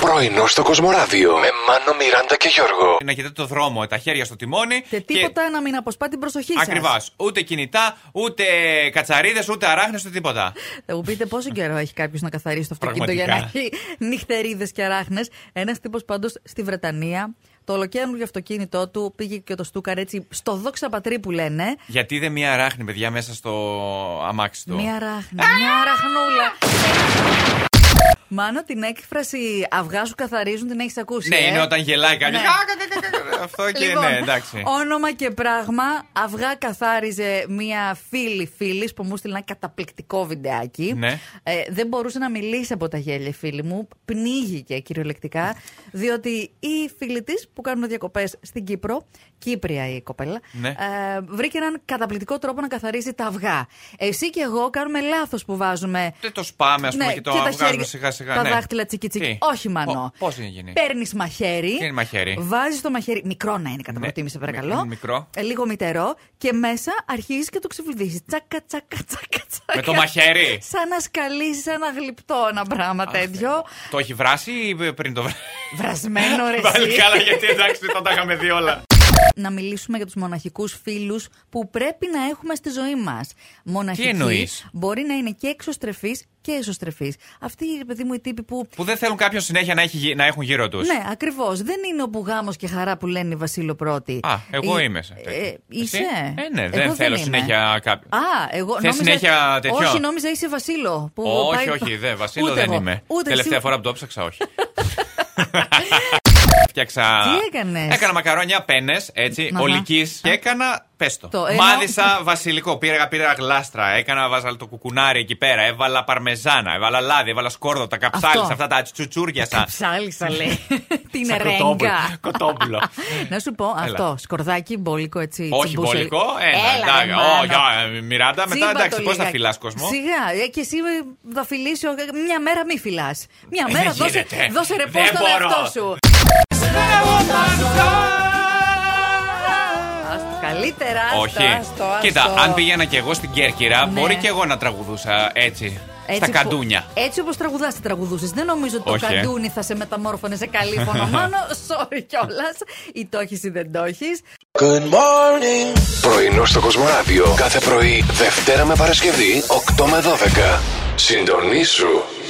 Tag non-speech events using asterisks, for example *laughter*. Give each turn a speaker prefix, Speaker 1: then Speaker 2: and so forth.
Speaker 1: Πρωινό στο Κοσμοράδιο με Μάνο, Μιράντα και Γιώργο.
Speaker 2: να κοιτάτε το δρόμο, τα χέρια στο τιμόνι.
Speaker 3: Και τίποτα να μην αποσπά την προσοχή σας.
Speaker 2: Ακριβώς. Ούτε κινητά, ούτε κατσαρίδες, ούτε αράχνες, ούτε τίποτα.
Speaker 3: Θα μου πείτε πόσο καιρό έχει κάποιος να καθαρίσει το αυτοκίνητο για να
Speaker 2: Πραγματικά.
Speaker 3: έχει νυχτερίδες και αράχνες. Ένας τύπος πάντως στη Βρετανία. Το ολοκαίρινο αυτοκίνητό του πήγε και το στούκαρε έτσι στο δόξα πατρί που λένε.
Speaker 2: Γιατί είδε μία αράχνη, παιδιά, μέσα στο αμάξι του.
Speaker 3: Μία ράχνη, μία ραχνούλα. Μάνο την έκφραση αυγά σου καθαρίζουν την έχεις ακούσει.
Speaker 2: Ναι,
Speaker 3: ε?
Speaker 2: είναι όταν γελάει κάποιο.
Speaker 3: Ναι.
Speaker 2: Αυτό και
Speaker 3: Λοιπόν,
Speaker 2: ναι, εντάξει.
Speaker 3: Όνομα και πράγμα. Αυγά καθάριζε μία φίλη φίλης που μου στείλε ένα καταπληκτικό βιντεάκι.
Speaker 2: Ναι.
Speaker 3: Ε, δεν μπορούσε να μιλήσει από τα γέλια, φίλη μου. Πνίγηκε κυριολεκτικά. Διότι η φίλη της που κάνουν διακοπές στην Κύπρο, Κύπρια η κοπέλα,
Speaker 2: Ναι.
Speaker 3: ε, βρήκε έναν καταπληκτικό τρόπο να καθαρίζει τα αυγά. Εσύ και εγώ κάνουμε λάθος που βάζουμε
Speaker 2: Δεν το σπάμε, ας πούμε,
Speaker 3: ναι,
Speaker 2: και το
Speaker 3: τα
Speaker 2: βγάζουμε
Speaker 3: χέρια,
Speaker 2: σιγά σιγά.
Speaker 3: Τα
Speaker 2: ναι.
Speaker 3: δάχτυλα τσίκι
Speaker 2: Τι?
Speaker 3: τσίκι. Όχι, μανώ.
Speaker 2: Ω, Πώς είναι γίνει.
Speaker 3: Παίρνεις μαχαίρι.
Speaker 2: Τι είναι μαχαίρι?
Speaker 3: Βάζεις το μαχαίρι. Μικρό να είναι κατά
Speaker 2: Ναι.
Speaker 3: προτίμηση,
Speaker 2: Μι-
Speaker 3: παρακαλώ.
Speaker 2: μικρό.
Speaker 3: Ε, Λίγο μητερό. Και μέσα αρχίζεις και το ξεφυλδίζει. Τσάκα, τσάκα, τσάκα, τσάκα. *laughs*
Speaker 2: Με το μαχαίρι.
Speaker 3: Σαν να σκαλίζεις ένα γλυπτό ένα πράγμα τέτοιο.
Speaker 2: Το έχει βράσει ή πριν το βράσει.
Speaker 3: Βρασμένο ρε.
Speaker 2: Πάλι
Speaker 3: εσύ.
Speaker 2: καλά, γιατί εντάξει, τότε τα είχαμε δει όλα.
Speaker 3: να μιλήσουμε για τους μοναχικούς φίλους που πρέπει να έχουμε στη ζωή μας. Μοναχικοί
Speaker 2: εννοείς?
Speaker 3: μπορεί να είναι και εξωστρεφείς και εσωστρεφείς. Αυτοί, ρε παιδί μου, οι τύποι που
Speaker 2: Που δεν θέλουν κάποιον συνέχεια να, έχει, γι- να έχουν γύρω τους.
Speaker 3: Ναι, ακριβώς. Δεν είναι όπου γάμος και χαρά που λένε η Βασίλο πρώτη.
Speaker 2: Α, εγώ
Speaker 3: Ε,
Speaker 2: είμαι σε τέτοιο.
Speaker 3: ε, είσαι.
Speaker 2: Εσύ? Ε, ναι,
Speaker 3: Εγώ
Speaker 2: δεν θέλω
Speaker 3: είμαι.
Speaker 2: συνέχεια κάποιον.
Speaker 3: Α, εγώ
Speaker 2: Θες συνέχεια τέτοιο?
Speaker 3: Όχι, νόμιζα είσαι Βασίλο. Που
Speaker 2: Όχι,
Speaker 3: πάει-
Speaker 2: όχι, δεν, Βασίλο
Speaker 3: Ούτε
Speaker 2: δεν
Speaker 3: εγώ.
Speaker 2: είμαι.
Speaker 3: Ούτε
Speaker 2: Τελευταία
Speaker 3: εσύ.
Speaker 2: φορά που το ψάξα,
Speaker 3: *laughs*
Speaker 2: όχι. Φτιάξα.
Speaker 3: Τι έκανες?
Speaker 2: Έκανα μακαρόνια, πένες, έτσι,
Speaker 3: Αχα.
Speaker 2: ολικής. Και έκανα πέστο.
Speaker 3: Το ένα-
Speaker 2: Μάδισα βασιλικό. Πήρα, πήρα γλάστρα. Έκανα, βάζα το κουκουνάρι εκεί πέρα. Έβαλα παρμεζάνα, έβαλα λάδι, έβαλα σκόρδοτα, καψάλισσα,
Speaker 3: Αυτό.
Speaker 2: αυτά τα τσουτσούρια σα.
Speaker 3: Ψάλισα,
Speaker 2: *laughs*
Speaker 3: λέει. Την
Speaker 2: Σαν κοτόπουλο.
Speaker 3: ρέγγα.
Speaker 2: Κοτόπουλο.
Speaker 3: Να σου πω αυτό. Σκορδάκι, μπόλικο *laughs* έτσι.
Speaker 2: Όχι
Speaker 3: τσιμπούσε.
Speaker 2: μπολικό,
Speaker 3: Έλα, ρε,
Speaker 2: ένα. εντάξει.
Speaker 3: μάνα.
Speaker 2: Όχι, α, Μιράντα, μετά
Speaker 3: Τσίμπα το
Speaker 2: εντάξει, πώς θα
Speaker 3: λιγάκι.
Speaker 2: φυλάς κόσμο.
Speaker 3: Σιγά, ε, και εσύ ε, θα φιλήσει. Μια μέρα μη φυλάς. Μια
Speaker 2: Ε,
Speaker 3: μέρα
Speaker 2: δεν
Speaker 3: δώσε,
Speaker 2: γίνεται.
Speaker 3: δώσε ρεπό
Speaker 2: Δεν
Speaker 3: στον
Speaker 2: μπορώ.
Speaker 3: εαυτό σου. Άστο, Καλύτερα, άστο,
Speaker 2: Όχι.
Speaker 3: άστο, άστο.
Speaker 2: Κοίτα, αν πήγαινα και εγώ στην Κέρκυρα,
Speaker 3: Ναι.
Speaker 2: μπορεί και εγώ να τραγουδούσα έτσι.
Speaker 3: Έτσι
Speaker 2: στα
Speaker 3: που-
Speaker 2: καντούνια.
Speaker 3: έτσι όπως τραγουδάς, τι τραγουδούσες. Δεν νομίζω ότι
Speaker 2: Όχι,
Speaker 3: το
Speaker 2: ε.
Speaker 3: καντούνι θα σε μεταμόρφωνε σε
Speaker 2: *laughs*
Speaker 3: καλή φωνομάνο. Sorry κιόλας. Ή το έχεις ή δεν το έχεις.
Speaker 4: Good morning.
Speaker 1: Πρωινό στο Κοσμοράδιο κάθε πρωί, Δευτέρα με Παρασκευή, 8 με 12. Συντονίσου